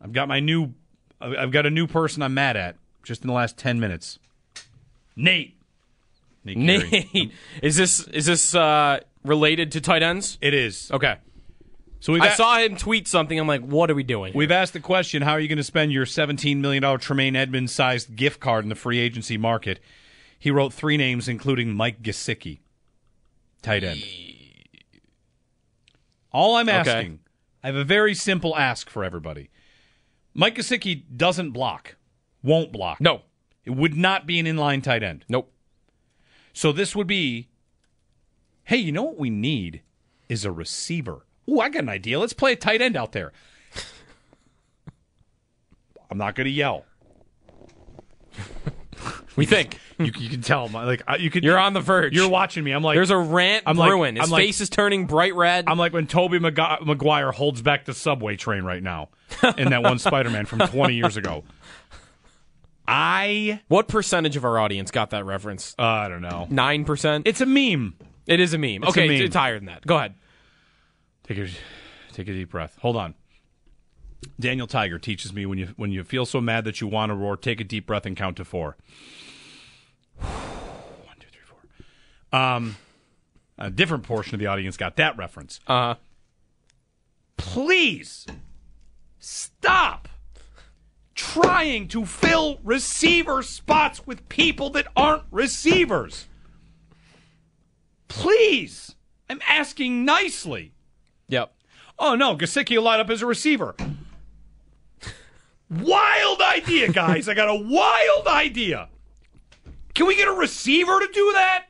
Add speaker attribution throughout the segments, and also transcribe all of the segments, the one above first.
Speaker 1: I've got my new, I've I've got a new person I'm mad at just in the last ten minutes. Nate. Nate. Gary.
Speaker 2: Nate, is this is this uh, related to tight ends?
Speaker 1: It is.
Speaker 2: Okay,
Speaker 1: So we've
Speaker 2: I
Speaker 1: a-
Speaker 2: saw him tweet something. I'm like, what are we doing?
Speaker 1: We've asked the question: How are you going to spend your seventeen million dollar Tremaine Edmonds sized gift card in the free agency market? He wrote three names, including Mike Gesicki, tight end. All I'm
Speaker 2: Okay.
Speaker 1: asking, I have a very simple ask for everybody. Mike Gesicki doesn't block, won't block.
Speaker 2: no,
Speaker 1: it would not be an inline tight end.
Speaker 2: nope.
Speaker 1: So this would be, hey, you know what we need is a receiver. Ooh, I got an idea. Let's play a tight end out there. I'm not going to yell.
Speaker 2: We think
Speaker 1: You, you can tell. My, like I- you could.
Speaker 2: you're on the verge.
Speaker 1: You're watching me. I'm like.
Speaker 2: There's a rant
Speaker 1: I'm like-
Speaker 2: brewing. His
Speaker 1: I'm like-
Speaker 2: face is turning bright red.
Speaker 1: I'm like when Toby Mag- Maguire holds back the subway train right now in that one Spider-Man from 20 years ago. I
Speaker 2: what percentage of our audience got that reference?
Speaker 1: uh, I don't know.
Speaker 2: Nine percent.
Speaker 1: It's a meme.
Speaker 2: It is a meme.
Speaker 1: It's a
Speaker 2: okay,
Speaker 1: meme.
Speaker 2: it's higher than that. Go ahead.
Speaker 1: Take a take a deep breath. Hold on. Daniel Tiger teaches me when you when you feel so mad that you want to roar, take a deep breath and count to four. One, two, three, four. Um, a different portion of the audience got that reference.
Speaker 2: Uh,
Speaker 1: Please stop trying to fill receiver spots with people that aren't receivers. Please, I'm asking nicely.
Speaker 2: yep.
Speaker 1: Oh no, Gasicki will line up as a receiver. Wild idea, guys. I got a wild idea. Can we get a receiver to do that?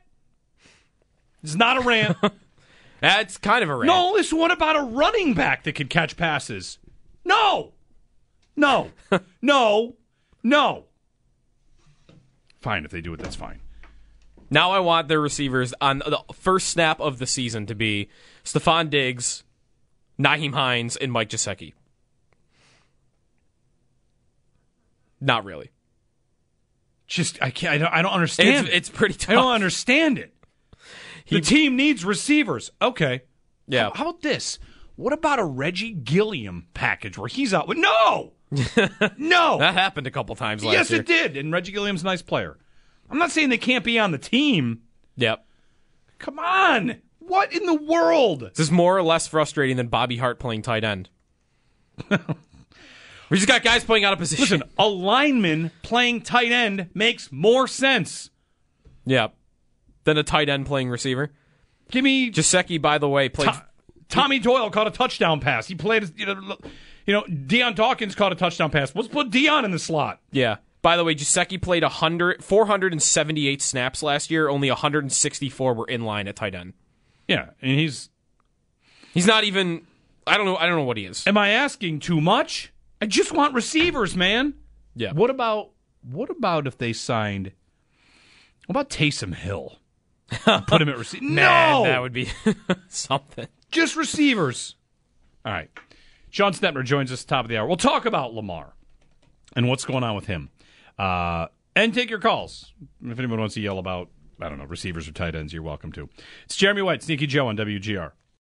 Speaker 1: It's not a rant.
Speaker 2: That's kind of a rant.
Speaker 1: no, this one about a running back that could catch passes. No. No. No. No. Fine, if they do it, that's fine.
Speaker 2: Now I want their receivers on the first snap of the season to be Stephon Diggs, Naheem Hines, and Mike Gesicki. Not really.
Speaker 1: Just I can't I don't, I don't
Speaker 2: It's,
Speaker 1: understand it.
Speaker 2: it's pretty tough.
Speaker 1: I don't understand it.
Speaker 2: He-
Speaker 1: the team needs receivers. Okay.
Speaker 2: Yeah.
Speaker 1: How about this? What about a Reggie Gilliam package where he's out with no, no?
Speaker 2: That happened a couple times last
Speaker 1: yes,
Speaker 2: year.
Speaker 1: it did. And Reggie Gilliam's a nice player. I'm not saying they can't be on the team.
Speaker 2: Yep.
Speaker 1: Come on, what in the world?
Speaker 2: This is more or less frustrating than Bobby Hart playing tight end. we just got guys playing out of position.
Speaker 1: Listen, a lineman playing tight end makes more sense.
Speaker 2: Yep. Than a tight end playing receiver.
Speaker 1: Give me
Speaker 2: Gesicki, by the way, played.
Speaker 1: To- Tommy Doyle caught a touchdown pass. He played, you know, you know, Deion Dawkins caught a touchdown pass. Let's put Deion in the slot.
Speaker 2: Yeah. By the way, Jaceki played 100, 478 snaps last year. Only 164 were in line at tight end.
Speaker 1: Yeah, and he's
Speaker 2: He's not even. I don't know. I don't know what he is.
Speaker 1: Am I asking too much? I just want receivers, man.
Speaker 2: Yeah.
Speaker 1: What about what about if they signed? What about Taysom Hill? Put him at receiver. no,
Speaker 2: Man, that would be something.
Speaker 1: just receivers. All right. John Stepner joins us top of the hour. We'll talk about Lamar and what's going on with him. Uh, and take your calls. If anyone wants to yell about, I don't know, receivers or tight ends, you're welcome to. It's Jeremy White, Sneaky Joe on WGR.